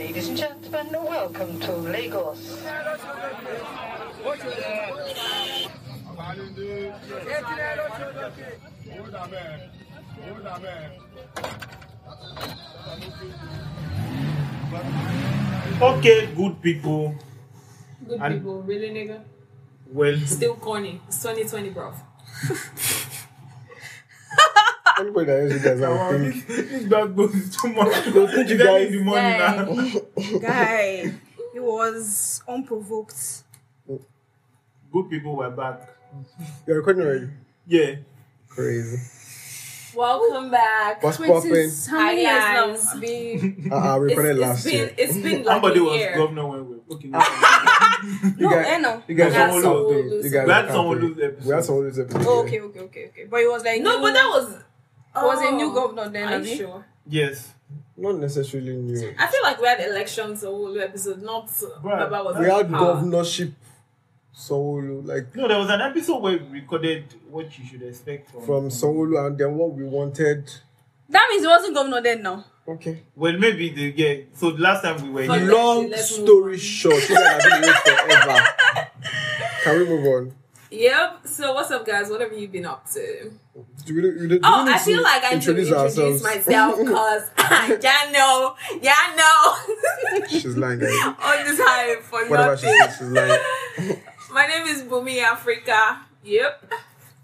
and gentlemen, welcome to Lagos. Okay, good people. Good And- people, really nigga. Well, Still corny. It's 2020, bro. Everybody that hears you guys, I would think. this bad boy is too much. Go think Early you in guys- the morning now. Guy, guy, it was unprovoked. Good people, we're back. You're recording already? Yeah. Crazy. Welcome back. What's Which popping? is how Hi many years now? guys. It's been, Uh uh, we recorded it's last been, year. it's been like Somebody a was year. governor when we okay. You No, guys- eh, no. You guys That's are so doing. loose. Ah, You guys We had are some camping. loose episodes. We had some loose episodes. Oh, yeah. okay, okay, okay, okay. But it was like No, new- but that was. was a new Oh. governor then. Are abi? you sure? Yes. Not necessarily new. I feel like we had elections a whole episode, not uh, Bruh, Baba was We in had power. governorship. Solo, like No, there was an episode where we recorded what you should expect from. from Solo, and then what we wanted. That means it wasn't governor then now. Okay. Well, maybe they get. So last time we were But here. let's- Long let's move story on. short, you guys have been here forever. Can we move on? Yep. So, what's up, guys? What have you been up to? Do we, do we, do we Oh, need I feel to like I need to introduce ourselves? myself because y'all know, y'all know She's lying, guys. on this hype for Whatever she nothing. says, she's lying. My name is Bumi Africa. Yep.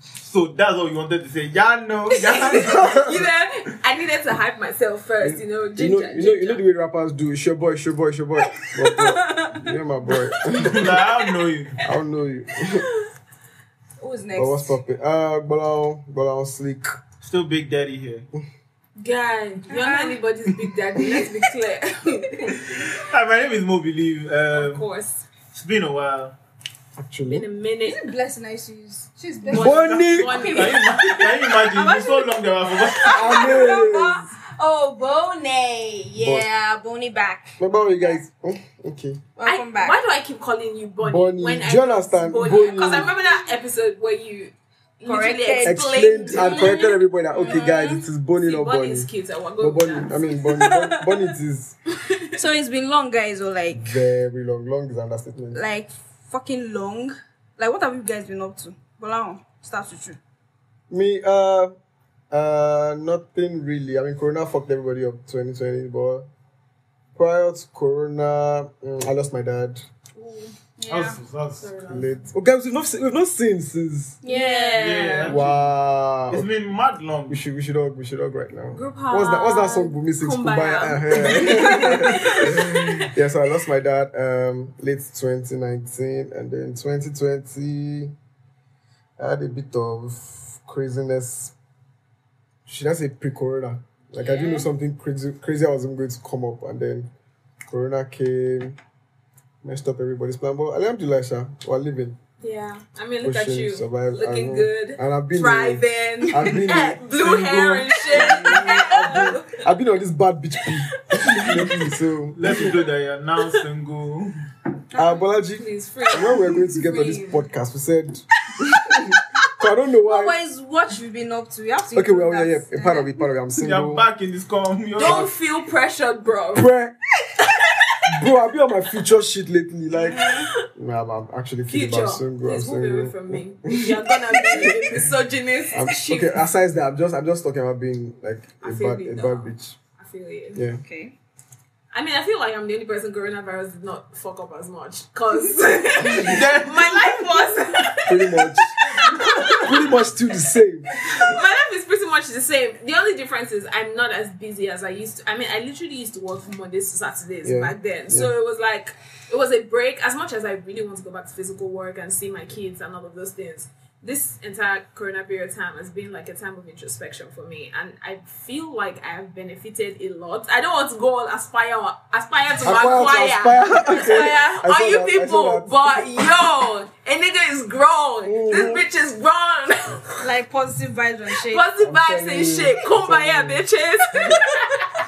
So that's all you wanted to say. Yeah, no. Yeah. You know, I needed to hype myself first, you know, oh, ginger, You know, you know, you know ginger. the way rappers do. It's your boy, it's your boy, it's your boy. But, but, you're my boy. like, I don't know you. I don't know you. Who's next? But what's poppin'? Uh, Bolao, Bolao Slick. Still Big Daddy here. Guy, you're not anybody's big daddy, let's be clear. Hi, my name is Moby Lee. of Um, course. it's been a while. In Actually, a minute. Isn't blessing I used to use? She's blessing. What? Bonnie! Can you, ima- can you imagine? It's so long that I forgot. I Remember? Oh, Boney. Yeah, Boney back. Remember how you guys? Oh, okay. Welcome I, back. Why do I keep calling you Bonnie? Bonnie. Do you understand? Bonnie. Because I remember that episode where you correctly Corrected. explained. Mm-hmm. Explained and corrected everybody that okay, guys, it is Bonnie, See, not Bonnie Bonnie. is cute. I want But go with Bonnie, that. I mean Bonnie. Bon- Bonnie it is So it's been long, guys, or like, very long. Long is an understatement. like fucking long. Like, what have you guys been up to? Bola, start with you. Me, uh, uh, nothing really. I mean, Corona fucked everybody up 2020, but prior to Corona, mm, I lost my dad That's- that's- late. Okay, so we've not seen, we've not seen since. Yeah. Wow. It's been mad long. We should we should all we should all right now. Group What's that What's that song hug. Bumi sings? Kumbaya. Kumbaya. yeah, so I lost my dad um late 2019, and then 2020, I had a bit of craziness. Should I say pre-corona? Like I didn't know something crazy crazy I wasn't going to come up, and then Corona came, messed up everybody's plan. But Alhamdulillah, Sha, we're living. Yeah. I mean, look at Pushing, you. survive, Looking and- good. and I've been a- Thriving. I've been a Blue hair and shit. I've been on this bad bitch pee lately, so Let me know that you're now single. uh, Bolaji, Please, free. when we were going to get on this Please. podcast, we said, so I don't know What why. is what you've been up to? You have to. Okay, well, yeah, include yeah, that. yeah, part of it, part of it. I'm You're single. back in this com. You're Don't feel pressured, bro. Bruh. Bro, I've been on my future shit lately. Like, nah, I'm, I'm actually kidding, but Future. I'm single. I'm Please move away single. from me. You're gonna be a misogynist. I'm, She- okay, aside that, I'm just, I'm just talking about being like a I bad, feel you, a though. bad bitch. I feel you. Yeah. Okay. I mean, I feel like I'm the only person coronavirus did not fuck up as much because my life was Pretty much. pretty much still the same. my life is pretty much the same. The only difference is I'm not as busy as I used to. I mean, I literally used to work from Mondays to Saturdays Yeah. back then, so it was like it was a break. As much as I really want to go back to physical work and see my kids and all of those things, this entire corona period time has been like a time of introspection for me, and I feel like I have benefited a lot. I don't want to go on aspire or aspire to Acquire acquire. to aspire. Okay. Yeah, I all saw you that, I saw people, that. but yo, a nigga is grown. Mhm. This bitch is grown. Like positive vibes and shit. Positive I'm vibes telling and you, shit. I'm Kumbaya, telling you. bitches.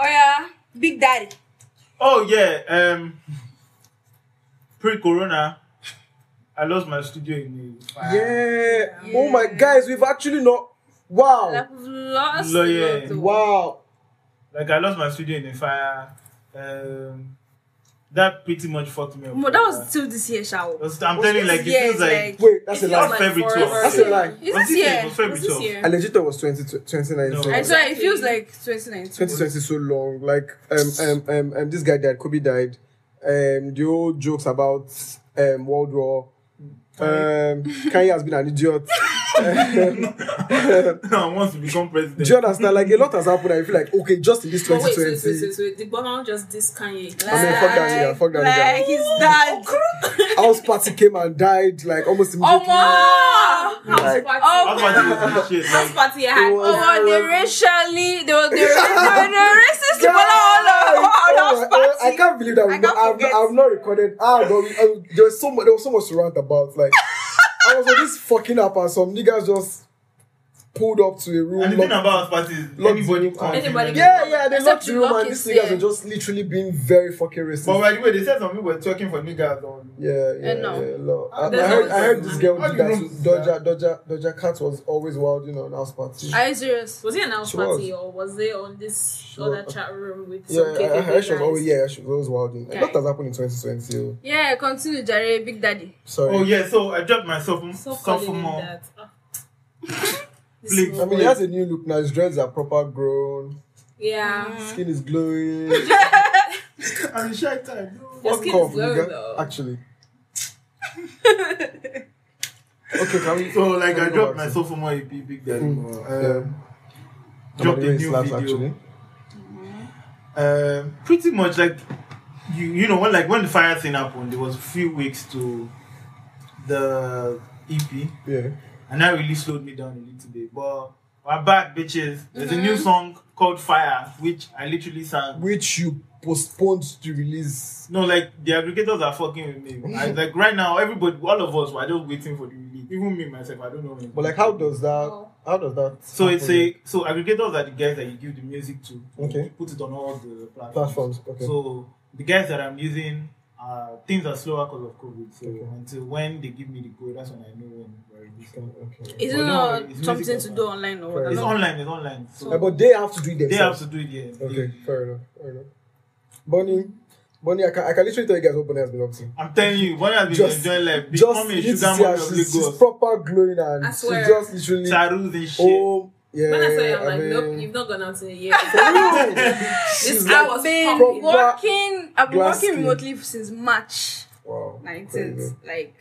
Oh yeah, Big Daddy. Oh yeah, um pre-corona, I lost my studio in the fire. Yeah. Oh my Yeah. guys, we've actually not. Wow. Like, we've lost No, a yeah. lot of- Wow. Like I lost my studio in a fire. Um, that pretty much fucked me up. Mo, that was till this year, Shao. That's- I'm telling you, like it Yeah, feels it's like, Wait, that's it a feels lie. like- February forever. twelfth. That's a lie. It's Was this this year? It year. was February Was this twelfth. year? I legit thought it was 20, 2019. No. I That's swear, it feels like 2019. 2020 is so long. Like um um um, um this guy died, Kobe died. Um the old jokes about um World War. Um Kanye has been an idiot. I want to become president. Do you understand? Like a lot has happened. I feel like okay, just in this But wait, 2020. wait, wait, wait, wait. Did Bono just diss Kanye? I mean, fuck that nigga, fuck that nigga. Like, his dad. House party came and died like almost Oh, immediately. wow. House Like- party. Oh, That's why this shit. House Like, party. I had. It was- Oh, Oh, they racially, they were, they were, they were racist people Guys! all over. Oh, I- I can't believe that we I can't I've, forget. I've not recorded. Ah, but we, uh, there was so much. There was so much to rant about. Like I was like this fucking up, and some niggas just pulled up to a room. and the thing locked- about house parties, Lock- anybody come. Anybody can- yeah, yeah, they Except locked the you room, lock and it these niggas there. were just literally being very fucking racist. But by the way, they said some people were twerking for niggas on. yeah, yeah, Eh, no. yeah, no. I, I There's heard, I always- heard this girl How did do you that. know to this is Doja, Doja, Doja Cat was always wilding on house party. Are you serious? Was it an house She party or was it on this She other was. chat room with Yeah, some I, I KKK heard she was guys? always yeah, she was always wilding. A lot Guy. has happened in 2020. oh. Yeah, continue, Jerry, Big Daddy. Sorry. Oh yeah, so I dropped myself So calling him sophomore. that. Ah. This Please. is- I mean, he has a new look now. His dreads are proper grown. yeah. Skin is glowing. And the shy time. Your Fuck skin off, is glowing, nigga. though. Actually. okay, can we? So like can I we go dropped back my to- sophomore EP, Big Daddy. Mm, Um, yeah. dropped Nobody a raised new slaps, video. actually. Um, pretty much like you you know when like when the fire thing happened, there was a few weeks to the EP, Yeah. and that really slowed me down a little bit. But we're back, bitches. There's a new Mm-hmm. song called Fire, which I literally sang. Which you postponed to release. No, like the aggregators are fucking with me. I, like right now, everybody, all of us, we're just waiting for the release. Even me myself, I don't know. When. But like, how does that? Oh. How does that? So it's happen? a so aggregators are the guys that you give the music to. Okay. You put it on all the platforms. platforms. Okay. So the guys that I'm using, uh, things are slower because of COVID. So Okay. until when they give me the code, that's when I know when we're releasing. okay. okay. Is it Well, not no, it's music something that's to on. do online or Correct. It's whatever? online. It's online. So Yeah, but they have to do it they have themselves. to do it. Yeah. Okay, They- fair enough. Fair enough. Bonnie, Bonnie, I can, I can literally tell you guys what Bonnie has been up to. I'm telling you, when I've been Just- enjoying life, Just becoming you a need sugar to see mommy her. of She's, she's Lagos, proper glowing and I she's swear. just literally. charus and shit. Oh, yeah. When I saw you, I'm like, mean, nope, you've not gone out in a year. she's This like, hour was been proper pumping. working. I've been glass working skin. remotely since March wow, 19th. crazy, Like,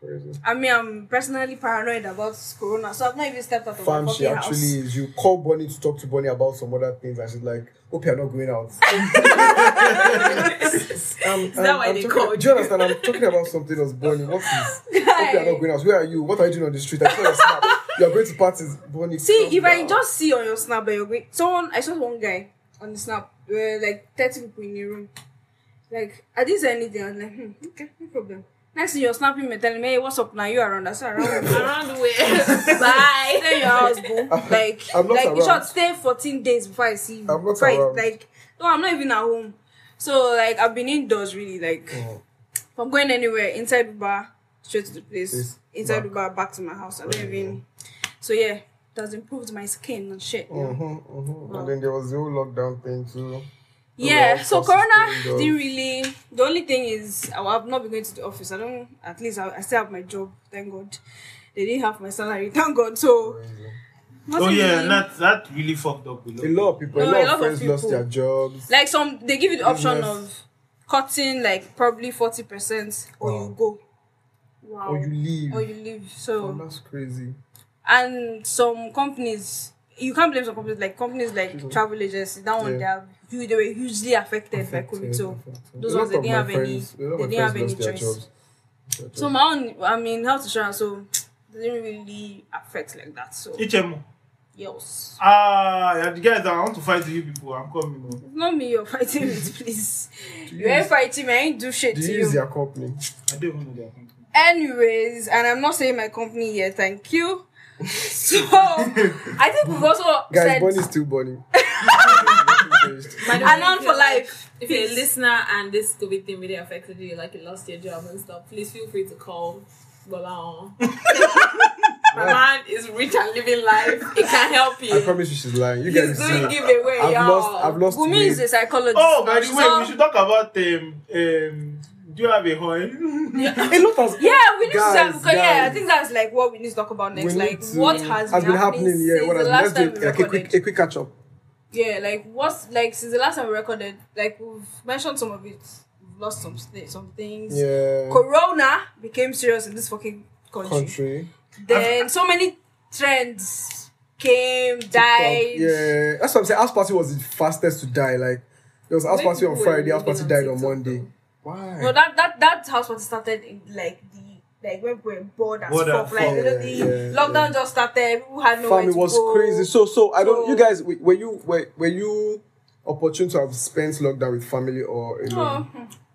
crazy. I mean, I'm personally paranoid about Corona, so I've not even stepped out of Fam, my she fucking house. actually is. You call Bonnie to talk to Bonnie about some other things, and she's like, "Hope you're not going out." Um, that why they talking, called Do you understand? I'm talking about something else, Bonnie. What is? Hope you're not going out. Where are you? What are you doing on the street? I saw your snap. You're going to parties, Bonnie. See, calm if I down. just see on your snap that you're going, someone I saw one guy on the snap, uh, like thirty people in the room. Like I didn't say anything. I was like, hmm, okay, no problem. Next thing you're snapping me, telling me, hey, what's up now? You around? I said around. Around the way. Bye. stay in your house, boo. Like, I'm not like you around. should stay 14 days before I see you. I'm not Before I- around. Like, no, I'm not even at home. So like, I've been indoors really. Like, Oh. if I'm going anywhere inside the bar, straight to the place. Yes, inside back. Mm. the bar, back to my house. I'm not even. So yeah, it has improved my skin and shit. you know. Mm-hmm, mm-hmm. And then there was the whole lockdown thing too. Yeah, Well, so of course it's Corona going down. didn't really. The only thing is, I- I've not been going to the office. I don't. At least I, I still have my job. Thank God. They didn't have my salary. Thank God. So. Crazy. Oh nothing yeah, really- and that that really fucked up. A lot of people, a No, lot of friends lost people. their jobs. like some they give you the option Business. of cutting like probably 40 percent or Wow. you go wow Or you leave. or Oh, you leave Oh, so that's crazy. and some companies you can't blame some companies like companies like travel agencies that Yeah. one they are hu- they were hugely affected by covid so those ones, they didn't have any- they didn't have any choice. so my own i mean health insurance so they didn't really affect like that so HMO. yes Ah, yeah, the guys, I want to fight you people. I'm coming. oh. it's not me you're fighting with please you ain't fighting me i ain't do shit Do to you you use their company? I don't even know their company. Anyways, and I'm not saying my company here, thank you. So I think we've also Guys, said Bonnie's still Bonnie. By the way, and on if you're for like- life. If you're a Peace. listener and this COVID thing really affected you, like you lost your job and stuff, please feel free to call Bola on. My man is rich and living life. It can help I you. promise you she's lying. You He's guys doing see. giveaway, I've y'all. lost- I've lost Gumi is weight. a psychologist. Oh, by the way, So- we should talk about um um. Do you have a horn? A lot has Yeah, we need Guys, to start because yeah, I guys. think that's like what we need to talk about We next. need Like to- what has, has been happening. Yeah, since what has the been? Let's last do time we it like a quick, recorded. a quick catch up. Yeah, like what's like since the last time we recorded, like we've mentioned some of it. We've lost some st- some things. Yeah, Corona became serious in this fucking country. country. Then so many trends came, died. Yeah, that's what I'm saying. House party was the fastest to die. Like there was house Many party on people Friday, were house party living on died on TikTok, Monday. though. Why? No, that that that house party started in like the like when we were bored as Bored fuck. as Like fuck. you know, Yeah, the yeah, lockdown just started. People had no. Fam, it was crazy. So, so I don't. So- You guys, were were you were, were you opportune to have spent lockdown with family or alone?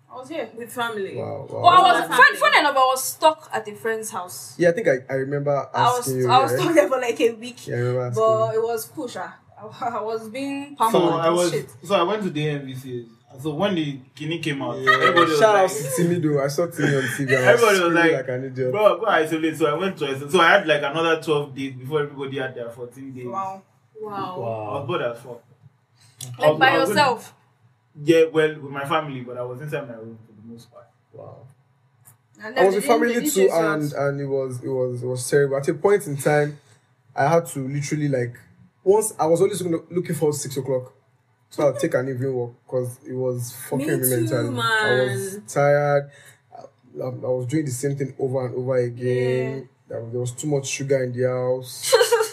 Oh, I was here. With family. Wow, Oh, I wow. was Wow. fun, fun enough. I was stuck at a friend's house. Yeah, I think I, I remember I was asking you. I was yeah. stuck there for like a week, Yeah, I remember asking. but it was cool, sha. I was being pummeled. So I and was shit. so I went to the MVCs. So when the Kini came out, everybody Yeah. was Shout out like, to Timmy though. I saw Timmy on TV. I was everybody was screaming like, like an idiot. bro, go isolate. So I went to isolate. So I had like another twelve days before everybody had their fourteen days. wow. Wow. I was bored as fuck. I Like was- by I was- yourself. Yeah, well, with my family, but I was inside my room for the most part. Wow. And I was with they didn't- they family didn't too, chase you out. and and it was it was it was terrible. At a point in time, I had to literally like once I was always looking- looking for six o'clock, so I'll take an evening walk because it was fucking Me me too, mentally. I was man. tired. I, I I was doing the same thing over and over again. There was- there was too much sugar in the house.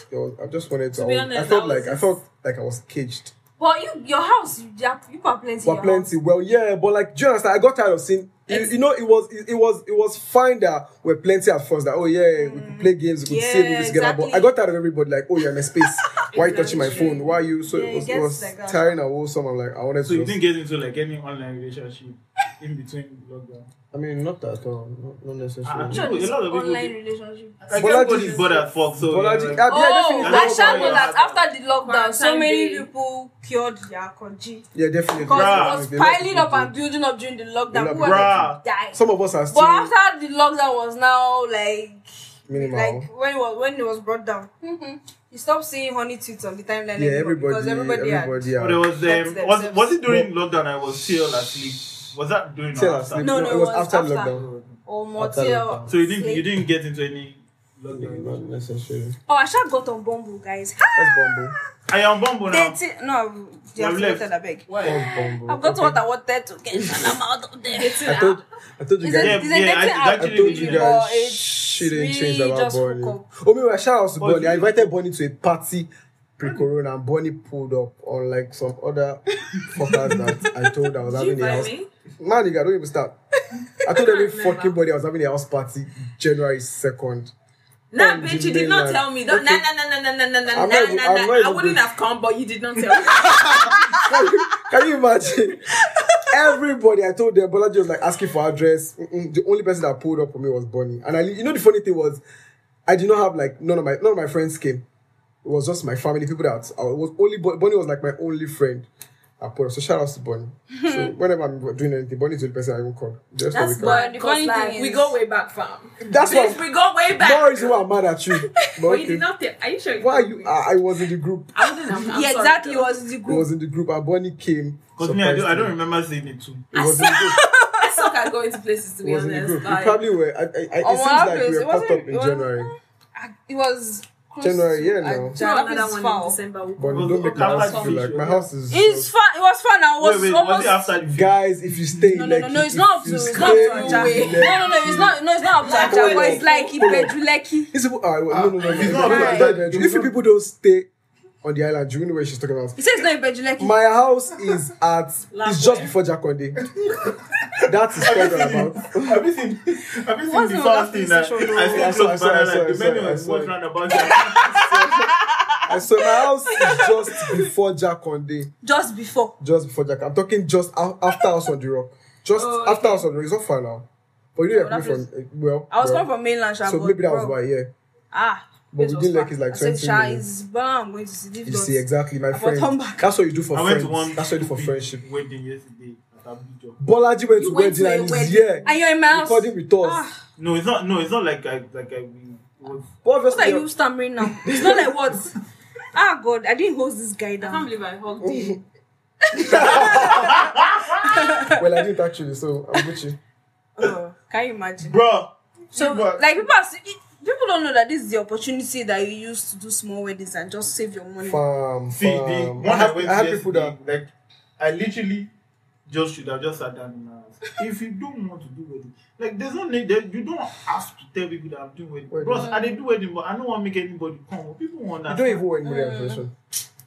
There was- I just wanted to. To I, be was- I honest, felt I like was I just- felt like I was caged. But you, your house, you there are people are plenty. in But your plenty. Well, yeah, but like, do you understand? I got tired of seeing. You, you know, it was it, it was it was fine that we're plenty at first. That oh yeah, we could play games, we could Mm, Yeah, see movies together. But I exactly. got tired of everybody like, oh, you're in my space. Why you touching my Exactly. phone? Why you? So Yeah, it it was, it gets was like that. tiring and wholesome. I'm like, I wanted So to. you just- didn't get into like any online relationship in between lockdown. I mean, not that at all. Not, not Ah, necessarily. house. A lot of people online do. relationship. Like Bolaji- everybody's bored as fuck. So Bolaji- yeah, like- ah, yeah, Oh, definitely. I shall know Lockdown. that after the lockdown, so Quarantine many day. people cured their conji. yeah, definitely. Because it Bruh. was piling up and building up during the Bruh. lockdown. Who are die? Some of us are still But after the lockdown was now like minimal. like when it was when it was brought down, mm-hmm. you stopped seeing honey tweets on the timeline. yeah, anymore everybody, because everybody, everybody, had, yeah. But it was That's um, was, was it during themselves. lockdown? I was still asleep. Was that during Still or after? asleep. No, no, it was it was after after. lockdown. or After motel. lockdown. So you didn't you didn't get into any lockdown. Not necessarily. Oh, I should got on Bumble, guys. That's Bumble. I am Bumble now. Dating? No, I've You have just left. wanted a beg. Why? That's Bumble. I've got Okay. what I wanted to get, and I'm out of there. I told, I told you Is it- guys. Yeah, is yeah, it I dating did app? I actually told read you it. But guys. it's She didn't change really about just Bonnie. hook up. Oh, meanwhile, shout out to Oh, Bonnie. I you- invited Bonnie to a party pre-corona, and Bonnie pulled up on like some other fuckers that I told I was Did you having a invite house. me? Man, nigga, don't even start. I told every remember. fucking body I was having a house party January second. Nah, On the bitch, you did not mainland. tell me. Don't, Okay. nah, nah, nah, nah, nah, nah, nah, nah, I'm not even- I'm nah, not nah. I even wouldn't going- have come, but you did not tell me. Can you, can you imagine? Everybody I told them, Bolaji was like asking for address. Mm-mm. The only person that pulled up for me was Bonnie. And I, you know, the funny thing was, I did not have like none of my none of my friends came. It was just my family, people that I was only Bon- Bonnie was like my only friend. I put up. So shout out to Bonnie. so whenever I'm doing anything, Bonnie is the only person I won't call. Just That's for But but the the funny funny like, thing we is- go way back, fam. That's Bitch, why- we go way back. No reason why I'm mad at you. But But you okay. did not tell. Are you sure? you Why are told you? me? I, I was in the group. I wouldn't have. I'm yeah, sorry, exactly. though. Was the I group? was in the group, and Bonnie came. Because me, I don't, I surprised don't me. remember seeing it too. It was in the group. I suck at going to places to be was in the honest. group. Like, we probably were. I, I, I, it On seems what like we happens? were Oh, It caught wasn't- up it in wasn't- January. I- It was close January, to- yeah, I- now. do another January is one in foul. December. We'll But Was- don't make okay, my after house the feel like fusion, my yeah. house is. It's fun. It was fun. I Wait, was wait, almost. was it after the film? guys, if you stay, no, no, like, no, no, if it's not up to you it's stay not up to in Aja. Lekki- No, no, no, it's not. No, it's not up to Aja. But it's like Ibejuleki. It's about, all right, ah, no, no, no, no, It's no, not no, no, right. no, no, no. If you people don't stay on the island, you know where she's talking about. He says it's not Ibejuleki. My house is at. It's just before Jackonde. That's the story about. Have you seen? Have you seen What's the the first last thing that decision, though? I I think saw- I close saw- I by saw- I like the saw- menu I was saw much it. round about that. And so my house is just before Jackonde. Just before. just before Jack. I'm talking just a- after House on the Rock. Just Oh, okay. after House on the Rock. It's not far now. But you know, you're No, coming that from. eh, Well, I was well. coming from mainland. Sha, So but maybe that was bro, why, yeah. Ah. But this we was didn't like far. it's like I said, 20 Sha, minutes. it's bad. I'm going to see You see, this. exactly, my I friend. come back. That's what you do for I went friends. to one. That's what you do for big friendship. Wedding yesterday at Abuja. Bolaji went to You went wedding to a and he's wedding. here And you're in my house. recording with us. Ah. No, it's not. No, it's not like I like I we was But What are obviously, you stammering now? It's not like what? Ah, God, I didn't host this guy I can't down. believe I hugged you. well, I did actually, so I'm with you. Oh, can you imagine? bro. So, but- like, people are, s- it- people don't know that this is the opportunity that you use to do small weddings and just save your money. Farm, See, the farm. one I, Um, I have, went I to have people that yesterday, like, I literally just should have just sat down and asked. if you don't want to do wedding, like, there's no need. There, you don't have to tell people that I'm doing wedding. Wedding. Bros, I didn't do wedding, but I don't want to make anybody come. People want you that. don't even want any Mm. impression.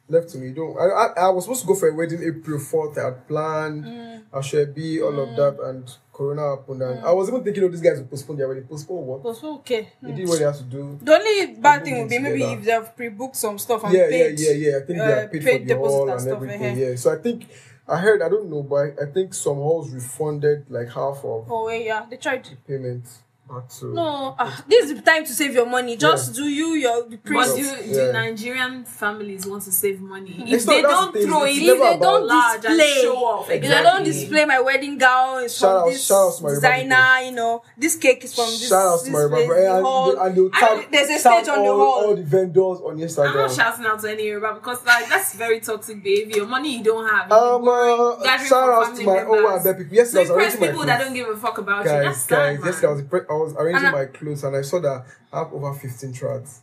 Left to me, you don't. I, I, I was supposed to go for a wedding April 4th. I had planned, Mm. I should be, all of that, and Corona happened. And I was even thinking, oh, these guys will postpone their wedding. Postpone what? Because, okay. They did what they had to do. The only bad thing Put would it be maybe together. if they've pre-booked some stuff and yeah, paid. yeah, yeah, yeah. I think they uh, are paid, paid for the deposit hall and and, stuff, everything. eh. Yeah. So I think I heard. I don't know, but I think some halls refunded like half of Oh, wait, yeah, they tried. payment back to. No, ah, this is the time to save your money. Just do you your the But priest. do, Yeah. do Nigerian families want to save money? If It's they not- that's don't the thing, throw it's it, never if they don't about- large and display. show off. If I don't Exactly. display my wedding gown, it's Shout from out- this shout out to my Yoruba designer, you know. This cake is from this. Shout out to this my place, Yoruba the and, hall. and they'll And tag- there's tag a stage on the all, hall. Ah, all the vendors on I'm not Instagram. shouting out to any Yoruba because like that's very toxic behavior. Money you don't have. you Um, borrow it, uh, gathering shout for out to family my members. own and people. Yes, I To impress was arranging my people that don't clothes. give a fuck about you. That's Guys, sad, guys, man. yes, I was, pre- I was arranging And I- my clothes and I saw that I have over 15 trads.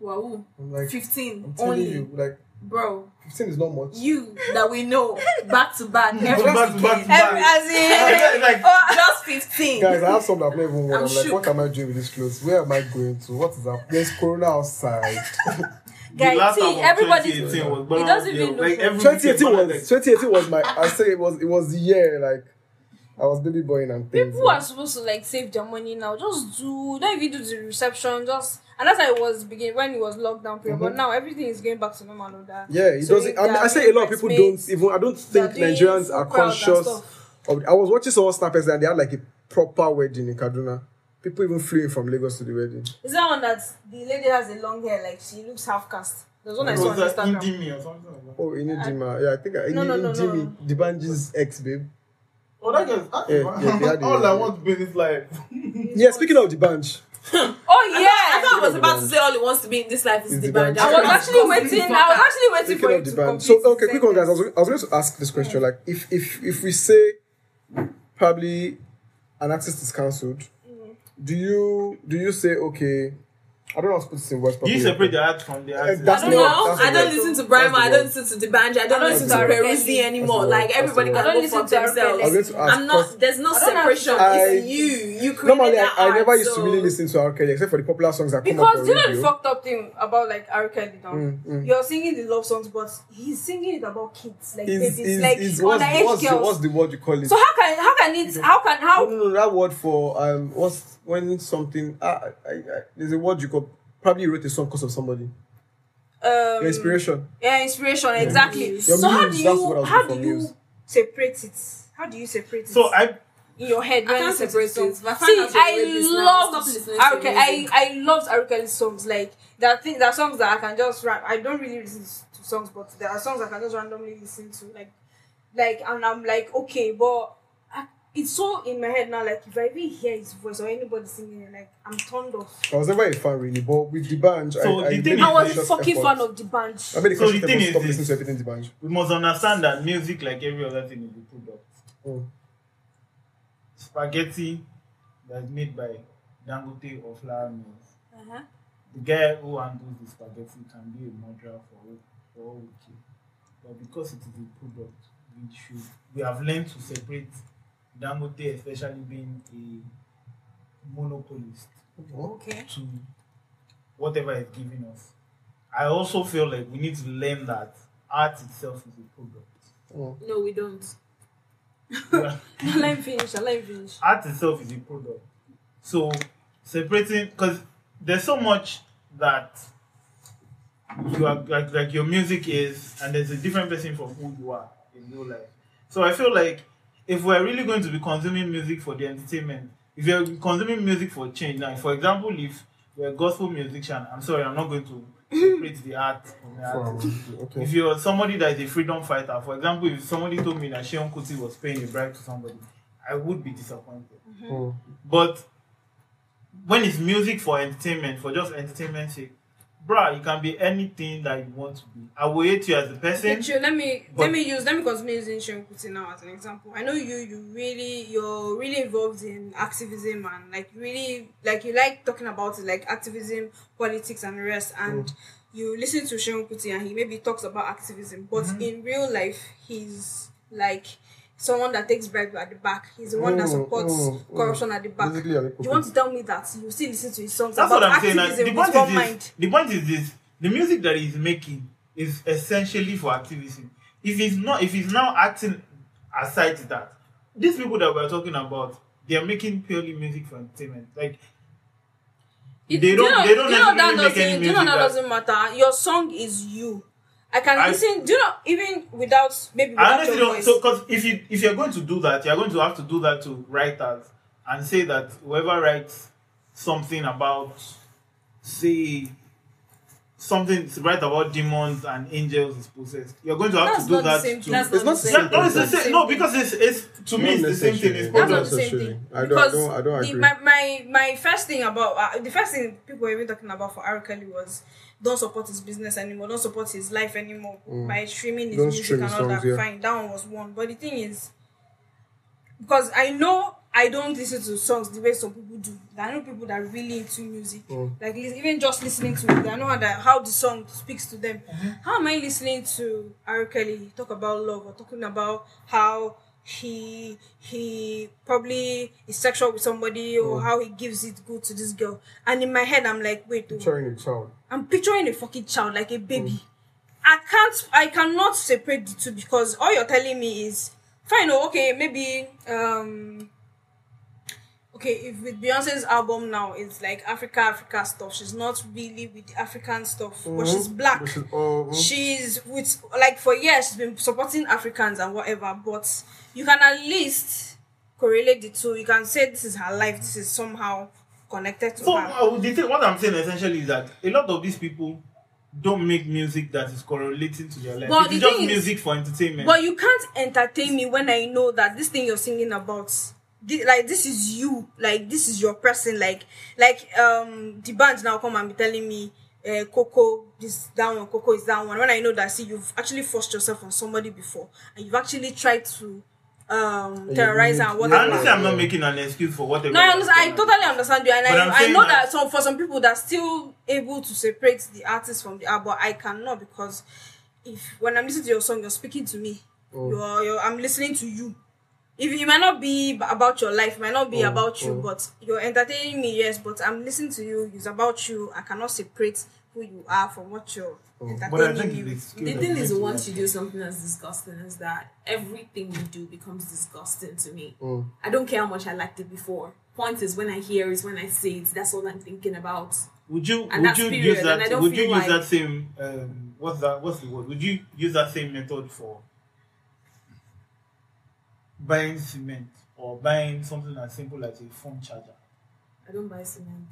Wow, I'm like, 15 I'm telling only, you, like, bro. 15 is not much. You that we know back to back, every Back to back to weekend. Every, back. as in, Like- oh, just 15. Guys, I have some that I've not even worn. I'm I'm, like, shook. what am I doing with these clothes? Where am I going to? What is happening? There's Corona outside. the guys, last see, album, everybody's 2018 was It doesn't Ballad of even the- like look- every 2018 weekend, was 2018 was my. I say it was it was the year like I was baby boy and things. people are supposed to like save their money now. Just do don't even do the reception. Just and that's how it was begin when it was lockdown period. But now everything is going back to normal. and all That Mhm. yeah, it So doesn't. I, mean, they are I say a lot of doing people bridesmaids, don't even. I don't they think doing Nigerians are full crowd and conscious. stuff. Of, I was watching someone snap yesterday and they had like a proper wedding in Kaduna. People even flew in from Lagos to the wedding. Is that one that the lady has the long hair, like she looks half cast? There's one I It saw on was uh, Instagram. Indimi or something like that. Oh, Inidima. Yeah, I think I No, no, no, Inidimi, no. Dibanji's ex babe. Oh, that guy's Yeah, yeah, they had the- all I want to be in this life. Yeah, speaking of Dibanj, Oh yeah, Yeah, I thought I was about to say all he wants to be in this life is Is the the band. band. I was actually waiting. I was actually waiting Speaking for of it the to band, complete. so okay, the quick one, guys. I was, sentence. I was going to ask this question. Like, if if if we say probably an artist is cancelled, Mm-hmm. do you do you say okay? I don't know how to put this in words Do properly. you separate the art from the artist? that's I don't the word, know. that's the I don't word. listen to Brahma. I That's the don't word. listen to the banjo. I I don't don't listen to listen to Peruzzi Arkelli. anymore. That's the word. Like everybody That's can the word. go fuck I don't listen I to was themselves. going to ask. I'm 'cause not. There's no I don't have separation. I- It's you. You created Normally, I, that I art, never used so- to really listen to R. Kelly except for the popular songs that come up on Because you know the radio. fucked up thing about like R. Kelly now. Mm, mm. You're singing the love songs, but he's singing it about kids, like Is, babies, is, like is, what's, underage what's, the, girls. what's the word you call it? so how can how can it how can no, how no, no, that word for um, what's when something? Uh, I, I, there's a word you call. Probably you wrote a song because of somebody. um Your inspiration. yeah inspiration exactly. Your so how muse, do that's what I you was how looking do for, muse. you separate it? How do you separate it? So I in your head I when can't you separate separate it. it, but I find See, out your I playlist now. loved Stop listening to Aruke. I music. I loved Arukeli's songs. Like there are things, there are songs that I can just rap. I don't really listen to songs, but there are songs I can just randomly listen to. Like like and I'm like okay, but I, it's so in my head now. Like if I even hear his voice or anybody singing, it, like I'm turned off. I was never a fan really, but with the band, So I, I the thing made is- I was a conscious fucking effort. fan of the band. I made a So conscious the effort thing to is stop this. listening to everything the band. we must understand that music, like every other thing, is a product. Mm. Spaghetti that's made by Dangote or flour mills. The guy who handles the spaghetti can be a murderer for all- for all we care. But because it is a product, we should we have learned to separate Dangote, especially being a monopolist. Okay. to whatever is given us. I also feel like we need to learn that art itself is a product. Oh. No, we don't. let me finish. Let me finish. art itself is a product. So separating because there's so much that you are like, like your music is, and there's a different person from who you are in real life. So I feel like if we're really going to be consuming music for the entertainment, if you're consuming music for change, now for example, if you're a gospel musician, I'm sorry, I'm not going to separate the art from the artist. Oh. Okay. If you're somebody that is a freedom fighter, for example, if somebody told me that Sheon Kuti Oh. was paying a bribe to somebody, I would be disappointed. Mm. But when it's music for entertainment, for just entertainment sake, bruh, you can be anything that you want to be. I will hate you as a person. Chill, let me But- let me use let me continue using Sean Kuti now as an example. I know you you really you're really involved in activism and like really like you like talking about it like activism, politics and the rest Mm. and you listen to Sean Kuti and he maybe talks about activism, but Mm-hmm. in real life he's like someone that takes bribe at the back. He's the one that Mm, supports mm, mm. corruption at the back. Basically, you're a hypocrite. you want to tell me that you still listen to his songs That's about what I'm saying. activism like, the with point one is mind? this. The point is this. The music that he's making is essentially for activism. If he's not, if he's now acting aside to that, these people that we're talking about, they are making purely music for entertainment. Like It- They do don't- they don't do you know that necessarily make doesn't. any do you know music that that- doesn't matter. Your song is you. I can I- listen. Do you know even without maybe I without honestly your don't. voice? So, because if you if you're going to do that, you're going to have to do that to writers and say that whoever writes something about, say, something to write about demons and angels is possessed. You're going to have that's to do not the that. same. to, That's It's not not the same. Yeah, no, it's the That's not same. No, thing. because it's it's to me it's the same thing. It's Not both That's not of the same necessarily. thing. I don't- I because don't- I don't the- agree. my, my my first thing about uh, the first thing people were even talking about for Arakali was don't support his business anymore, don't support his life anymore by streaming his Mm. Don't music stream and his all songs, that. yeah. Fine, that one was one. But the thing is, because I know I don't listen to songs the way some people do. I know people that are really into music, like lis- even just listening to it. I know how that how the song speaks to them. How am I listening to R. Kelly talk about love or talking about how he he probably is sexual with somebody or how he gives it good to this girl? And in my head, I'm like, wait, oh, Picturing a child. I'm picturing a fucking child, like a baby. Mm. I can't, I cannot separate the two because all you're telling me is, fine, oh, okay, maybe, um, okay, if with Beyonce's album now, it's like Africa, Africa stuff. She's not really with the African stuff, but she's black. Which Mm. is all. mm, She's with like for years she's been supporting Africans and whatever, but you can at least correlate the two. You can say this is her life. This is somehow connected to So her. uh, the thing, what I'm saying essentially is that a lot of these people don't make music that is correlating to their life. But it's the just thing is- music for entertainment. But you can't entertain me when I know that this thing you're singing about, thi- like this is you, like this is your person, like like um the band now come and be telling me, uh, Coco this that one, Coco is that one. When I know that see you've actually forced yourself on somebody before, and you've actually tried to um you terrorize need- and I whatever. understand I'm not making an excuse for whatever. No, I, understand. I you're totally understand you, and But I'm I, I saying know that- that some for some people that still able to separate the artist from the album. I cannot because if when I'm listening to your song, you're speaking to me. Oh. You're, you're I'm listening to you. If it might not be b- about your life, it might not be Oh, about you, but you're entertaining me. Yes, but I'm listening to you. It's about you. I cannot separate who you are from what you're entertaining Oh. But I think me it's with. excuse The that thing is, makes me once you happy. do something as disgusting as that, everything you do becomes disgusting to me. Oh. I don't care how much I liked it before. Point is, when I hear it, when I see it, that's all I'm thinking about. Would you And would that's you period, use and I that don't would you feel use like- that same um what's that what's the word? Would you use that same method for buying cement or buying something as simple as a phone charger? I don't buy cement.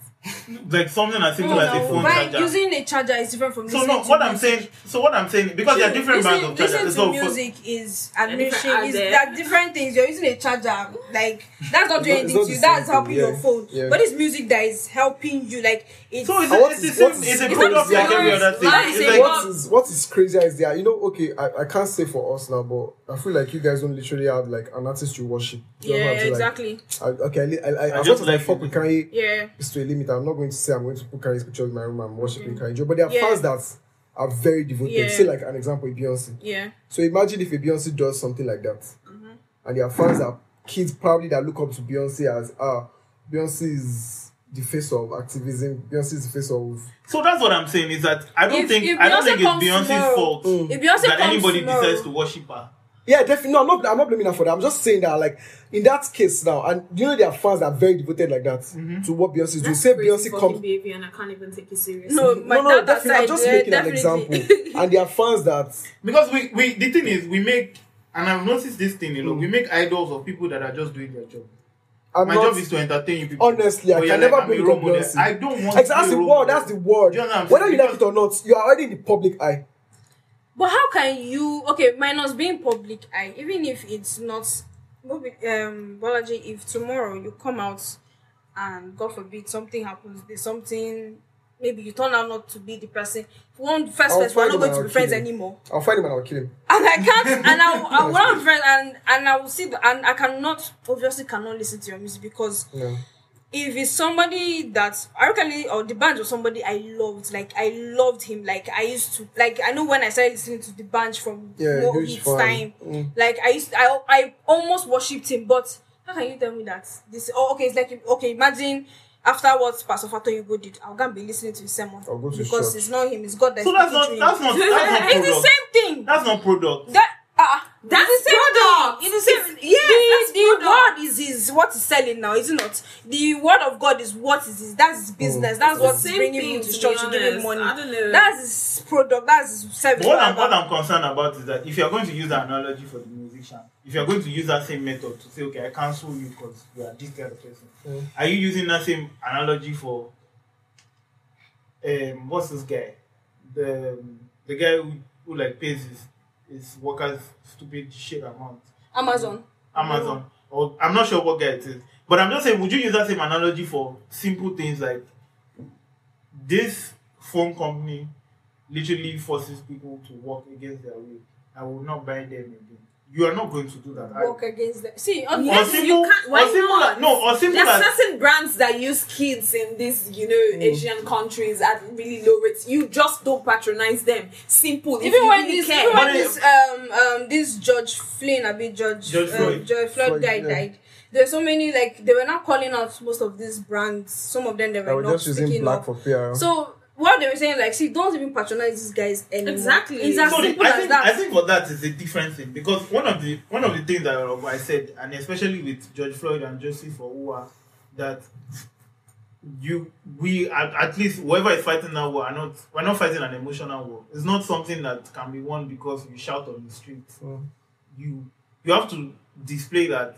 Like something as simple No, as a no, phone right, charger. using a charger is different from so listening no, to what I'm music. saying so what I'm saying because there are different listen, brands of listen chargers. to So for- music is different admission. out Is there. that different things? You're using a charger, like that's not doing It's anything not- to you. it's not the That's same helping thing, your yeah. phone. Yeah. But it's music that is helping you. Like it's so it's And what a, it's the is- same what is- it's a what is product like every yours? other thing. Mine is It's a like- what is what is crazy is there you know okay I, I can't say for us now but i feel like you guys don't literally have like an artist you worship You don't yeah, have to, like- exactly. I, okay i, li- I, I, I as just much as i like fuck it. with kanye Yeah, it's to a limit i'm not going to say i'm going to put kanye's picture in my room and worshiping kanye Joe, but there are Mm-hmm. Yeah. fans that are very devoted Yeah. say like an example beyonce yeah. so imagine if a beyonce does something like that Mm-hmm. and there are fans that kids probably that look up to beyonce as ah beyonce is the face of activism beyonce is the face of So that's what I'm saying is that I don't If- think if I don't Beyonce think it's comes Beyonce's tomorrow- fault If Beyonce that comes anybody tomorrow- decides to worship her. Yeah, definitely. No, I'm not. I'm not blaming her for that. I'm just saying that, like, in that case now, and you know, there are fans that are very devoted like that Mm-hmm. to what Beyonce is doing. That's Say crazy Beyonce fucking comes. behavior, and I can't even take it seriously. No, my No, no, dad definitely. I'm aside, just yeah, making an definitely. example. and there are fans that Because we, we the thing is we make and I've noticed this thing, you Mm. know, we make idols of people that are just doing their job. I'm My not. job is to entertain you people. honestly, I But can you're never I'm bring a it role up model. Beyonce. I don't want Exactly, to that's be a the role word. model. That's the word. Do you know what I'm Whether saying? you like it or not, you are already in the public eye. But how can you okay, minus being public eye, even if it's not maybe um biology, if tomorrow you come out and God forbid something happens, there's something maybe you turn out not to be the person. One first I'll person, we're find not him going and to be I'll friends kill him. anymore. I'll find him and I'll kill him. And I can't, and I, I will not be friends, and and I will see, the, and I cannot obviously cannot listen to your music because No. if it's somebody that I reckon or the band was somebody I loved, like I loved him, like I used to like I know when I started listening to the band from Yeah, Mo huge Hits fan. time, Mm. like I used I I almost worshipped him, but how can you tell me that this? Oh, okay, it's like okay, imagine after what Pastor Fato Yugo did, I'm gonna be listening to his sermon I'll go to because church. it's not him, it's God that's So that's not speaking that's to not him. that's not it's the product. same thing. That's not product. That ah. That's it's the same product. thing. It's the same. Yes, that's the, the product. word is is what is selling now, is it not? The word of God is what is his. That's his business. That's what's Same bringing thing, him to to be church to give him honest. I don't know. money. That's his product. That's his service. What I'm, whatever. what I'm concerned about is that if you're going to use an analogy for the musician, if you're going to use that same method to say, okay, I cancel you because you are this kind of person, Mm. are you using that same analogy for um what's this guy, the um, the guy who, who like pays his, his workers stupid shit amount, Amazon. Amazon or I'm not sure what guy it is, but I'm just saying, would you use that same analogy for simple things like this phone company literally forces people to work against their will. I will not buy them again. You are not going to do that. are you? Work against them. See, on Or Yes, simple, you can't- why or simple not? as- no, or simple There are as certain brands that use kids in these, you Mm. know, Asian countries at really low rates. You just don't patronize them. Simple. if even you when really this, care. even when But this, um, um, this Judge Flynn, I mean Judge, Judge um, Floyd. Judge Floyd, Floyd, guy yeah. died. There's so many like they were not calling out most of these brands. Some of them they I were was not just using speaking black up. for PR. So what they were saying, like, see, don't even patronize these guys anymore. Exactly. It's as so the- simple I as think that. I think for that is a different thing because one of the one of the things that I said and especially with George Floyd and Joseph Owa that you we at, at least whoever is fighting that war are not we're not fighting an emotional war. It's not something that can be won because you shout on the street. Mm. You you have to display that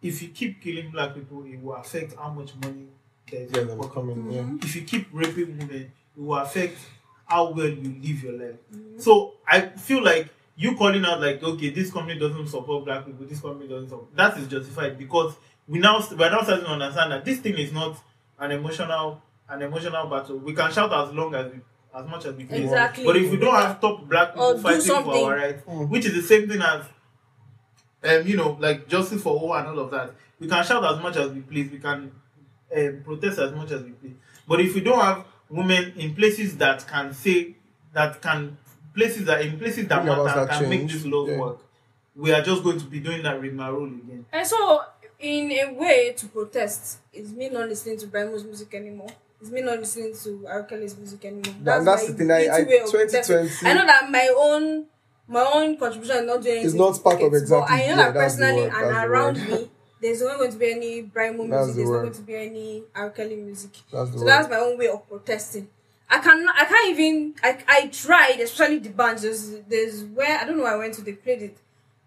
if you keep killing black people, it will affect how much money there is Yeah, in they your were pocket coming. Mm-hmm. Yeah. if you keep raping women, it will affect how well you live your life. Mm-hmm. So I feel like you calling out like, okay, this company doesn't support black people, this company doesn't support that is justified because we now we are now starting to understand that this thing is not an emotional an emotional battle. We can shout as long as we as much as we can. Exactly. But if we don't have top black people Or do fighting something. for our rights, Mm. which is the same thing as um, you know, like justice for all and all of that. We can shout as much as we please. We can um, protest as much as we please. But if we don't have women in places that can say that can places that in places that Bring about matter that can make change. this law Yeah. work, we are just going to be doing that rigmarole again. And so, in a way, to protest is me not listening to Bimo's music anymore. It's me not listening to Arkele's music anymore. That's, that's the my thing. I, I, little way of protesting. 2020. I know that my own my own contribution is not doing anything. It's not to part of pockets, exactly- But I know yeah, that that's the personally word, and that's the around word. me, there's not going to be any Brimo That's the music. there's not word. going to be any Arkele music. That's the so word. that's my own way of protesting. I cannot. I can't even. I I tried, especially the bands. There's there's where I don't know. where I went to. They played it,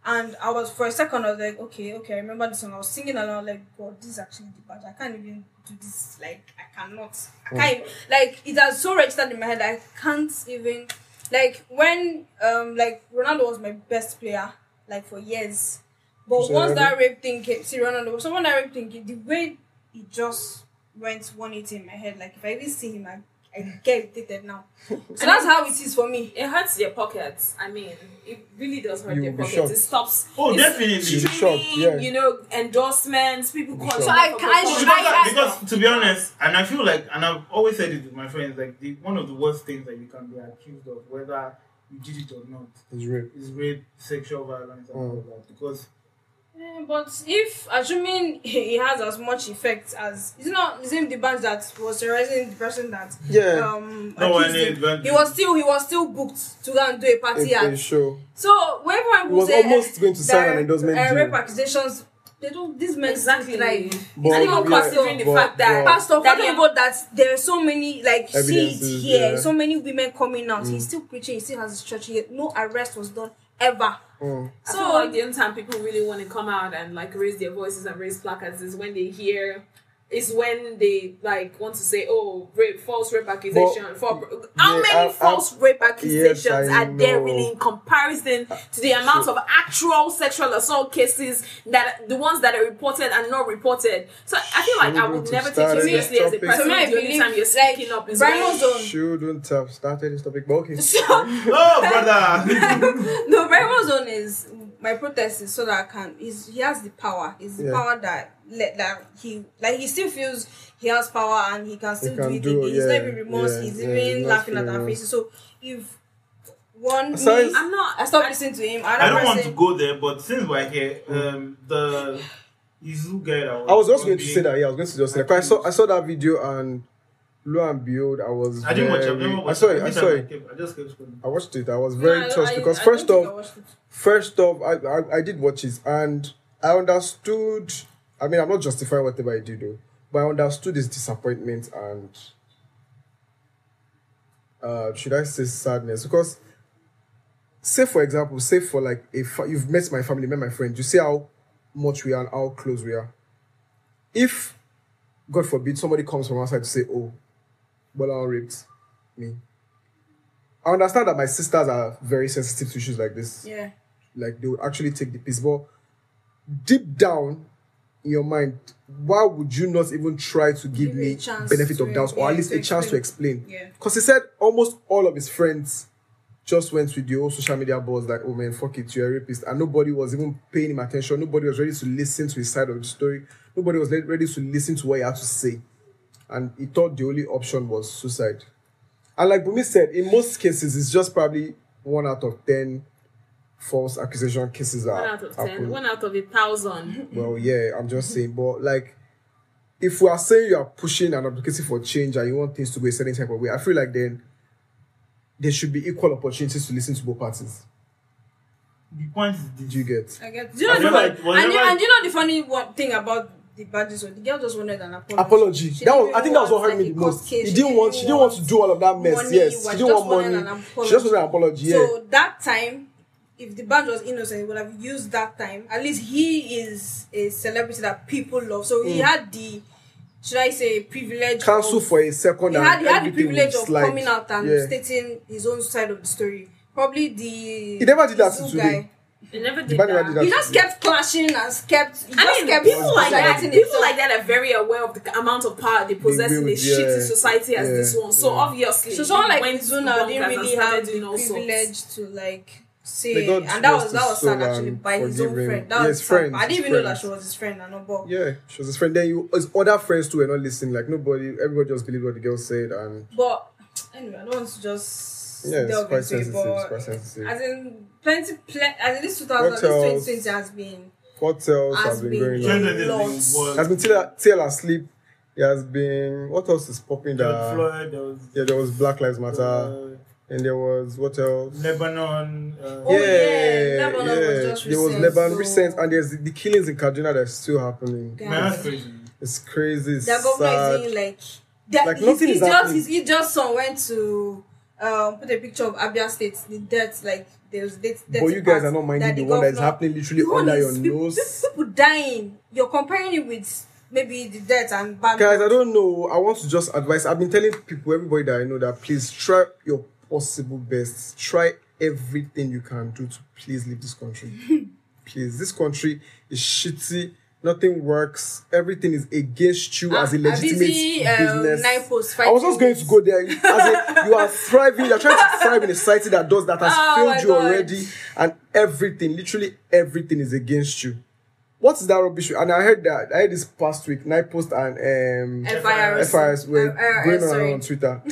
and I was for a second. I was like, okay, okay. I remember this song. I was singing along. Like, God, this is actually the band. I can't even do this. Like, I cannot. I can't. even- Like, it has so registered in my head. I can't even. Like when um like Ronaldo was my best player like for years, but So, once um, that rape thing came, see Ronaldo. So when that rape thing came, the way it just went 180 in my head. Like if I even see him, I, I get irritated now. So that's how it is for me. it hurts their pockets. I mean, it really does hurt You their will be pockets. shocked. It stops. Oh, it's definitely. Streaming, You'll be shocked, yeah. You know, endorsements. People You'll be call. shocked. So I- I- because, I- because to be honest, and I feel like, and I've always said it with my friends, like the, one of the worst things that you can be accused of, whether you did it or not, It's rape. is rape, sexual violence, and all of that. Because Eh, But if assuming he has as much effect as it's not the same the band that was terrorizing the person that Yeah. um No, accused I need him, advantage. he was still he was still booked to go and do a party It's at a show. So when one He was almost going to sign an endorsement uh, rape deal. accusations, they don't. These men Exactly. like But- and even yeah, considering the but- fact that but- Pastor that talking about that there are so many like see it Evidences, here, yeah. Mm. so many women coming out. He's still preaching. He still has his church here. No arrest was done ever. Mm. I So- feel like the only time people really want to come out and like raise their voices and raise placards is when they hear is when they like want to say, "Oh, rape, false rape accusation." But- for how yeah, many I- I- false rape accusations Yes, I are there know. Uh, really in comparison to the amount of actual sexual assault cases that the ones that are reported and not reported? So I feel like I Shouldn't would to never take you start this seriously as a topic. person. So me, I the only believe, time you're like, speaking up is Brian when- was on Shouldn't have started this topic, but okay. so Oh, brother. no, Brian was on is my protest is so that I can he's, he has the power. It's the Yeah. power that let that he like he still feels he has power and he can still can do it do- again. he's not yeah, even remorse, yeah, he's yeah, even he's not laughing at our feeling- faces. So if one Aside- me, I'm not. I stopped listening to him. Another I don't want to person- go there, but since we're here, um, the Izu guy that I was just going to talking- say that. Yeah, I was going to just say that. 'Cause I saw I saw that video and lo and behold, I was. I didn't watch it. I've very- never watched I saw it. Every time I saw it. kept- I just kept scrolling. I watched it. I was No, very I- touched I- because I don't first think I off, uh, watched it. first off, I, I I did watch it and I understood. I mean, I'm not justifying whatever I did though, but I understood his disappointment and uh, should I say sadness because. Say for example, say for like a fa- you've met my family, met my friend. You see how much we are and how close we are. If God forbid somebody comes from outside to say, "Oh, Bola raped me," I understand that my sisters are very sensitive to issues like this Yeah. like they would actually take the piss. But deep down in your mind, why would you not even try to give, Give me me a chance benefit to- of doubt or yeah, at least to a chance to explain? Yeah. Because he said almost all of his friends just went with the old social media buzz like, oh man, fuck it, you're a rapist. And nobody was even paying him attention. Nobody was ready to listen to his side of the story. Nobody was le- ready to listen to what he had to say. And he thought the only option was suicide. And like Bumi said, in most cases, it's just probably one out of ten false accusation cases are One out of ten, happen. one out of a thousand. Well, yeah, I'm just saying, but like, if we are saying you are pushing and advocating for change and you want things to go a certain type of way, I feel like then there should be equal opportunities to listen to both parties. The point is, did Did you? you get? I get. Do you I know the feel funny, like and, whenever- you, and you know the funny one thing about the badges? The girl just wanted an apology. Apology. She that didn't was, I even think that was what want, hurt me like, the a court most. case. She didn't want. She didn't want to do all of that mess. money, yes, was she didn't just want wanted money. an She just wanted an apology. Yeah. So that time, if the band was innocent, he would have used that time. At least he is a celebrity that people love. So he had the, should I say, privilege. Cancel of, Mm. for a second. He had, and he had the everything privilege would of slide. coming out and yeah. stating his own side of the story. Probably the. He never did that till today. They never The did band that. never did that. He just kept clashing and kept. He I just mean, kept people like that, highlighting people himself. like that are very aware of the amount of power they possess They in a wield, yeah, shitty society as yeah, this one. So yeah. obviously, So someone like when Zuna Bunkers didn't and really started have the doing all sorts. privilege to like say, May God and that rest was that his was sad soul actually and by his own forgive him. friend. That Yes, was sad. friends, I didn't his even know that friends. she was his friend. I know, but Yeah, she was his friend. Then you, his other friends too were not listening. Like nobody, everybody just believed what the girl said, and but anyway, I don't want to just yeah, it's delve quite into it. sensitive. It's quite But sensitive. as in plenty, plenty as in this 2000, this What uh, else? 2020 has been What else has has been going been- on? Children is the Lots. worst. Has been tail, tail asleep. There has been what else is popping George there? Floyd, there was Yeah, there was Black Lives Matter, uh, and there was what else? Lebanon. Uh, Oh, yeah, Lebanon was just there was recent, Lebanon so- recent, and there's the, the killings in Kaduna that's still happening. Yeah. Man, that's crazy. It's crazy. It's the government sad. is doing like that. Like, he, nothing he is just happening. he, he just some went to um, put a picture of Abia State. The dirt like there's dirt. but you guys are not minding the one that is happening. happening literally The one under your is peop- nose. People dying. You're comparing it with maybe the death and bad. guys i don't know i want to just advise i've been telling people everybody that i know that please try your possible best try everything you can do to please leave this country please this country is shitty nothing works everything is against you as a I'm- I'm legitimate busy, Ah, um, business nine posts, i was just fighting going to go there as a, you are thriving you're trying to thrive in a society that does that has Oh my failed you God. already and everything literally everything is against you what is that rubbish and i heard that i heard this past week night post and um FIRS. FIRS were Uh, uh, going sorry. around on Twitter.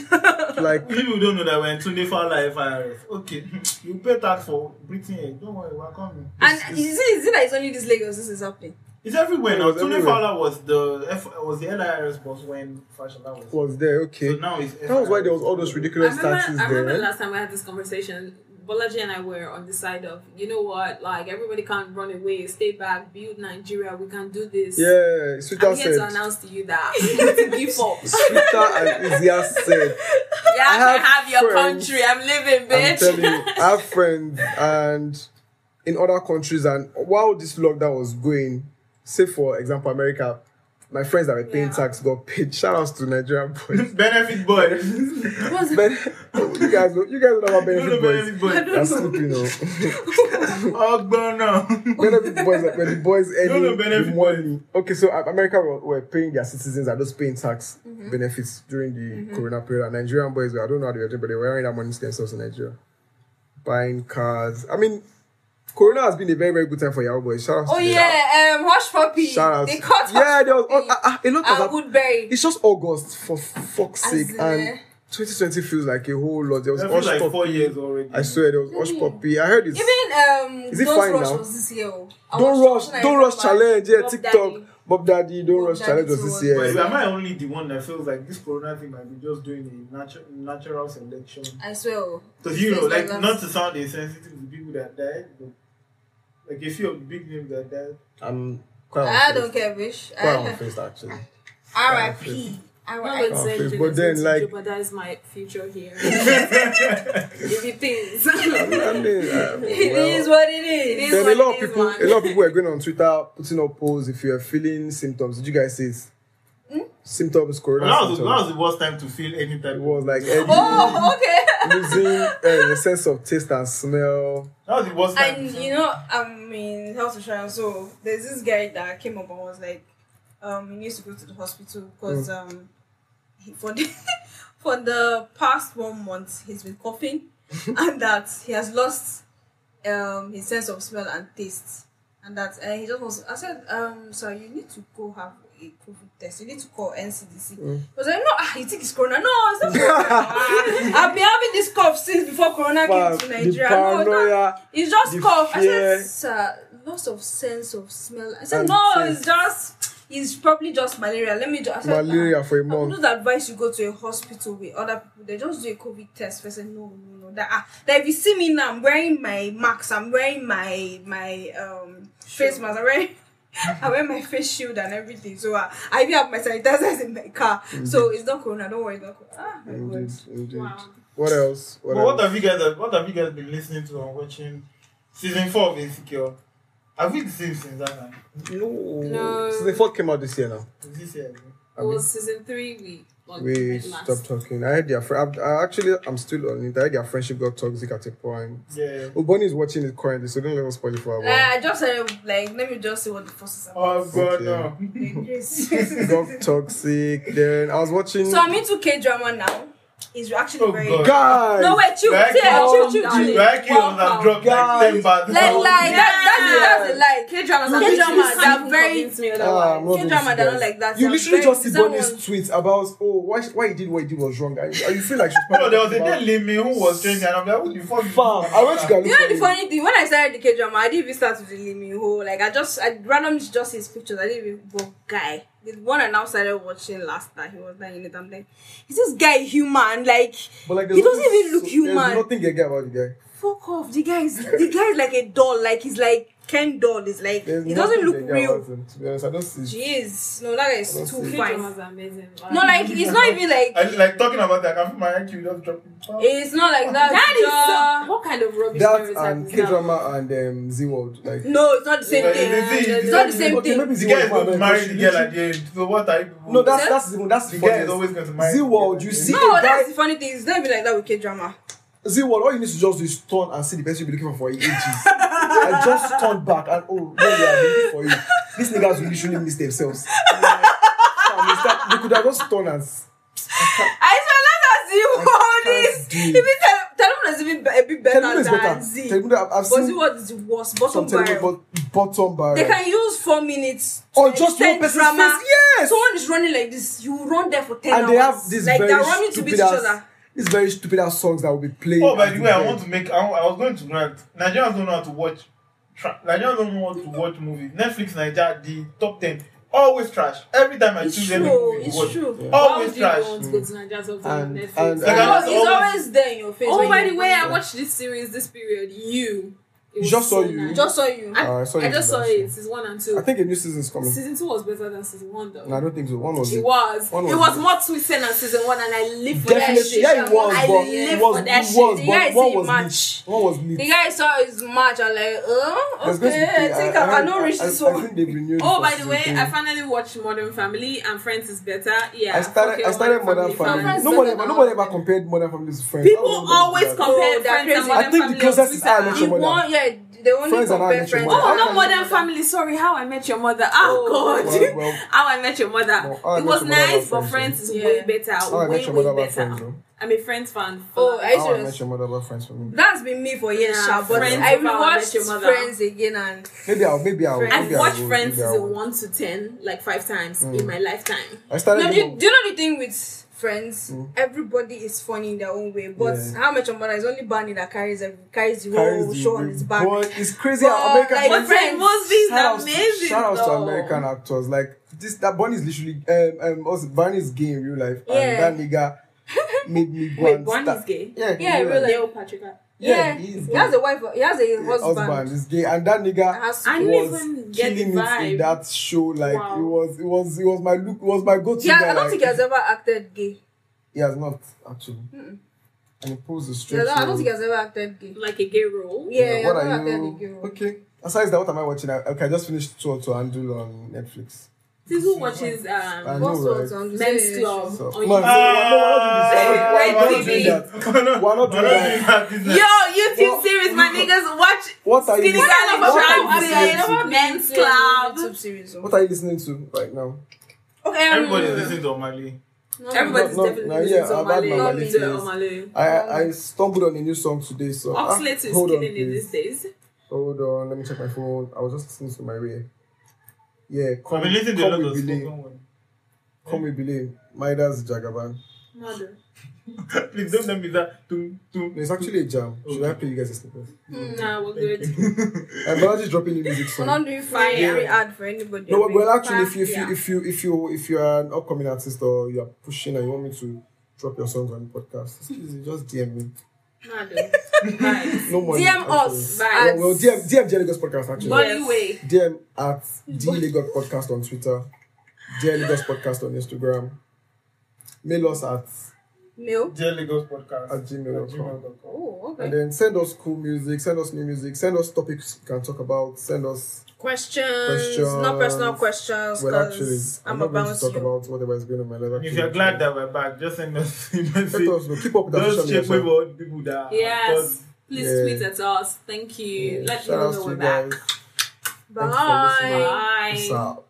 like, People don't know that when Tunde found out FIRS, okay, you pay tax for Britain. eh, Don't worry, we're coming. And is it, is it that it's only this Lagos? This is happening. It's everywhere It now. was Tunde everywhere. Fowler was the F, was the LIRS boss when Fashola was. was there, okay. So now it's that was why there was all those I ridiculous remember, statues I remember there. last time we had this conversation. Bolaji and I were on the side of, you know what, like everybody can't run away, stay back, build Nigeria, we can do this. Yeah, Twitter I'm here to said. announce to you that we need to give up. Twitter and Izia said. Yeah, I, I can have, have your friends. country. I'm living, I'm bitch. telling you, I have friends and in other countries, and while this lockdown was going, say for example, America, my friends that were paying Yeah. tax got paid. Shout outs to Nigerian boys. Benefit boy. What's ben- you guys, know, you guys know about No, no, benefit boys. benefit boy. That's sleeping, oh. Oh, God, no. benefit boys like when the boys earning no, benefit the money. Okay, so uh, America were, were paying their citizens and just paying tax Mm-hmm. benefits during the Corona period. And Nigerian boys, were- I don't know how they were doing, but they were earning that money to themselves in Nigeria, buying cars. I mean, Corona has been a very very good time for Yahoo boys. Shout out. Oh to them. yeah, um, Hush Puppy. Shout out. They caught yeah, Hush there was oh, Puppy ah, ah, a lot of. and hap- Woodbury. It's just August for fuck's As sake, in, eh. and 2020 feels like a whole lot. There was That feels Osh like four Puppy. years already. I swear there was Osh Mm. Puppy. I heard it's Even um, Is it Don't fine Rush now? was this year. oh. I Don't rush, watched it and I don't rush remember challenge. Yeah, Bob TikTok. Daddy. Bob Daddy, don't Bob rush Daddy challenge was too this was But year. bad. am I only the one that feels like this corona thing might be just doing a natural natural selection? I swear. oh. Because you know, It's like like not to sound insensitive to people that died, but like a few of the big names that died. I'm quite I don't care, bitch. Quite unfazed actually. R.I.P. R.I.P. Oh, said please, you but then, to like- jeopardize my future here. Give you things. And then, uh, It well, is what it is. It is then what a it lot of is, people, man. a lot of people are going on Twitter putting up polls. If you are feeling symptoms, did you guys see it? Hmm? Symptoms, corona Well, that, was, that symptoms. was the worst time to feel any type. It of- was like Eddie Oh, okay. losing uh, your sense of taste and smell. that was the worst time. And to you know, I'm in health insurance, so there's this guy that came up and was like, um, he needs to go to the hospital because Mm. um, he, for the for the past one month he's been coughing, and that he has lost um his sense of smell and taste, and that uh, he just wants. I said, um, sir, you need to go have a COVID test. You need to call NCDC. Mm. He was like, no, ah, you think it's corona? No, it's not corona. Ah, I've been having this cough since before corona came Fuck, to the Nigeria. No, it's not paranoia. it's just The cough. I fear. said, sir, loss of sense of smell. I said, And no, taste. it's just, it's probably just malaria. Let me just. I said, Malaria "Ah, for a I month. wouldn't advise you go to a hospital with other people. They just do a COVID test. I said, no, no, no. That, ah, that if you see me now, I'm wearing my mask. I'm wearing my my um face mask. I'm wearing. I wear my face shield and everything, so uh, I even have my sanitizers in my car. Mm-hmm. So it's not corona. Don't worry, it's not corona. Ah, my God. Indeed, indeed. Wow. What else? What But what else? have you guys? What have you guys been listening to and watching? Season four of Insecure. Have we seen since that time? No. No. So the fourth came out this year now. Is this year? again? It was season three. We well, We we last. stopped talking. I heard their friend. I actually, I'm still on it. I heard their friendship got toxic at a point. Yeah. Uboni is watching it currently, so don't let us spoil it for a Uh, while. I just uh, like let me just see what the process is. Oh God, no. Like, yes. got toxic. Then I was watching. So I'm into K drama now. It's actually Oh, very. God. guys. No wait, chill, Back chill, chill, you- chill, chill. back you on that Welcome. drop like Guys. ten bars. Like, like that, that's, that's the lie. K dramas, are K dramas, literally they're very. me Ah, I'm not K doing drama, this, they're not guys. like that. You They're literally very- just see someone- Bonnie's tweet about oh why she- why he did what he did was wrong. and and you feel like she's No, there was a about- day Limmy who was trending, and I'm like, who the fuck? is Fam, this? I went to go and You know look for the it. funny thing? When I started the K drama, I didn't even start with the Limi Ho. oh, Like I just, I randomly just see his pictures. I didn't even. But guy, the one I now started watching last night, he was not in it. I'm like, is this guy human? Like But like, he there's doesn't nothing even look so- human. There's nothing gay about the guy. fuck off. The guy is the guy is like a doll. Like he's like Ken doll. Is like There's he doesn't nothing look gay real. about him, To be honest, I don't see. it. Jeez, no, that is That's too it. K fine. dramas are amazing. No, like it's not even like I, like talking about that, I can feel my IQ just dropping. Fam. it's not like that. that is so, what kind of rubbish That stereotype and is K that? drama and um, Z World like. just, no, it's not the same Like, thing. the thing- It's not the same okay, thing. Maybe The Z guy World is might going to marry the be- girl at the end. So what are you? No, that's that's the that's the guy the is funniest. always going to marry. Z the girl World, at you the end. see No, a guy. that's the funny thing. It's not even like that with K drama. Z World, all you need to just do is turn and see the person you'll be looking for for ages. I just turned back and oh, no, we are looking for you. These niggas will literally miss themselves. Fam, it's that- they could have just turned and s- I swear, I let us can't see do all it. this. Even Tele- Telemundo is even be- a bit better Telemundo is than better. Z. Telemundo, I've, I've But Z seen what is the worst? Bottom some Telemundo barrel. but bottom barrel. They can use four minutes. to Or just one extend person's drama. face. Yes! Someone is running like this. You run there for ten and hours. they have these like very they're running to beat each stupid ass, other. these very stupid ass songs that will be playing. Oh, by at the way, I end. want to make. I, I was going to grant. Nigerians don't know how to watch. Tra- Nigerians don't know how to watch movies. Netflix Nigeria, the top ten, always trash. Every time I It's choose any movie true. to It's watch, true. Why would always you trash. want to go to Nigeria to And- Netflix? and- Like, No, I'm it's always- always there in your face. oh, when by you- the way, I watched this series this period. You. It It was just saw so you. nice. Just saw you. I, Uh, I I, saw you just do saw that, it. Season one and two. I think a new season is coming. season two was better than season one though. No, I don't think so. One was it it. was. One it was was it. more twisted than season one, and I live for that Definitely, shit. yeah, it was, I but live it was, for that it shit. was, The but guy is one in was March. lit. One was The lit. guy I saw his match. I'm like, oh, There's going to okay. be- I think I, heard- cannot reach I- this I one. think they've renewed Oh, for by the season way, three. I finally watched Modern Family and Friends is better. Yeah, I started. okay, I started Modern Family. Friends Nobody better ever. than Nobody Modern ever compared Modern Family to Friends. People That was always bad. compare Oh, they're Friends and crazy. Modern I think the Family closest on is Twitter. I Met Your The Mother. one, yeah, they only Friends and I Met compare Your friends. Mother. Oh, How not can Modern Family. Sorry, How I Met Your Mother. Oh, Well, God. well, well. How I Met Your Mother. No, How I it Met was Your Mother nice, was but Friends, Friends is though. way Yeah. better. How I Met way, Your way Mother was better. Friends, though. I'm a Friends fan. Oh, I How I serious? Met Your Mother about Friends for me. That's been me for years, Yeah, sha. But Friends I over How I Met Your rewatched Mother. Friends again and Maybe I'll. Maybe I'll. Friends. I've maybe I'll watched go, Friends maybe I'll season go. 1 to 10 like five times Mm. in my lifetime. I started. no, do, even- you, do you know the thing with Friends? Everybody is funny in their own way, but Hmm? Yeah. How Much Your Mother is only Barney that carries every, carries the carries whole the show on his back. Boy, it's crazy But, how American. like, But Friends Friends. Mosby is shout outs- amazing. Shout outs to though. American actors. Like this, that Bonnie is literally um um also Bonnie is gay in real life, Yeah. and that nigga made me go Wait, and Bonnie start- is gay? Yeah, Yeah, in in real life. Leo Patrick. uh, Yeah, Yeah, he is he has gay. a wife. He has a husband. husband is gay, and that nigga Has- I didn't was even get the killing it vibe. in that show. Like Wow. it was, it was, it was my look, it was my go-to. Yeah, guy, I don't like, think he has ever acted gay. he has not actually. And he pulls the Yeah, straight. I don't- I don't road. think he has ever acted gay. Like a gay role. Yeah, what I are don't acted gay. you? role. Okay. Aside that, what am I watching? I, okay, I just finished Tour to Andrew on Netflix. This who watches I um, know, What's wrong? right? I'm just Men's saying- Club So- on Man, YouTube. Ah, we're not doing Red TV. that. We're not- We're not we're doing that. not doing that. Yo, YouTube What- series, my niggas, watch What are you? Skinny What Girl are of you Atlantis, listening to? Men's Yeah, Club. YouTube series. What are you listening to right now? Okay, um, Everybody's listening to Omali. no, Everybody's No, no, definitely no, listening yeah, to I've had my Omale Omale. listeners. Omale. I I I stumbled on a new song today, so ah, Oxlate Um, is hold on, killing it please. these days. Hold on, let me check my phone. I was just listening to my ear. Yeah, come, I've been listening to a come lot we of believe, spoken word. come we believe. Maida's Jagaban. Mother. Please don't tell me that. Tum, tum, No, it's actually a jam. Should I Okay. play you guys a snippet? Hmm. Nah, we're good. I'm not just dropping new music We're soon. not doing free Yeah. every ad for anybody. No, but well, actually, if you if Yeah. you if you if you if you are an upcoming artist or you are pushing and you want me to drop your songs on the podcast, excuse me, just DM me. Mother. Right. No money. DM us actually. at- Well, well, DM DM J Lagos podcast actually. But Yes. anyway, DM at D Lagos podcast on Twitter. D Lagos podcast on Instagram. Mail us at Milk. Dear Lagos podcast At gmail.com. gmail.com. Oh, and okay. then send us cool music, send us new music, send us topics we can talk about, send us Questions, Questions. not personal questions, well actually because I'm, I'm, not going about to talk you. about whatever is going on in my life. If actually. you're glad that we're back, just send us a message. let us know. Keep up with our Those social check with media. all the people that yes. Please Yeah. tweet at us. Thank you. Let Shout people outs know to we're you back. guys. Thanks for Bye. listening. Bye. Peace out.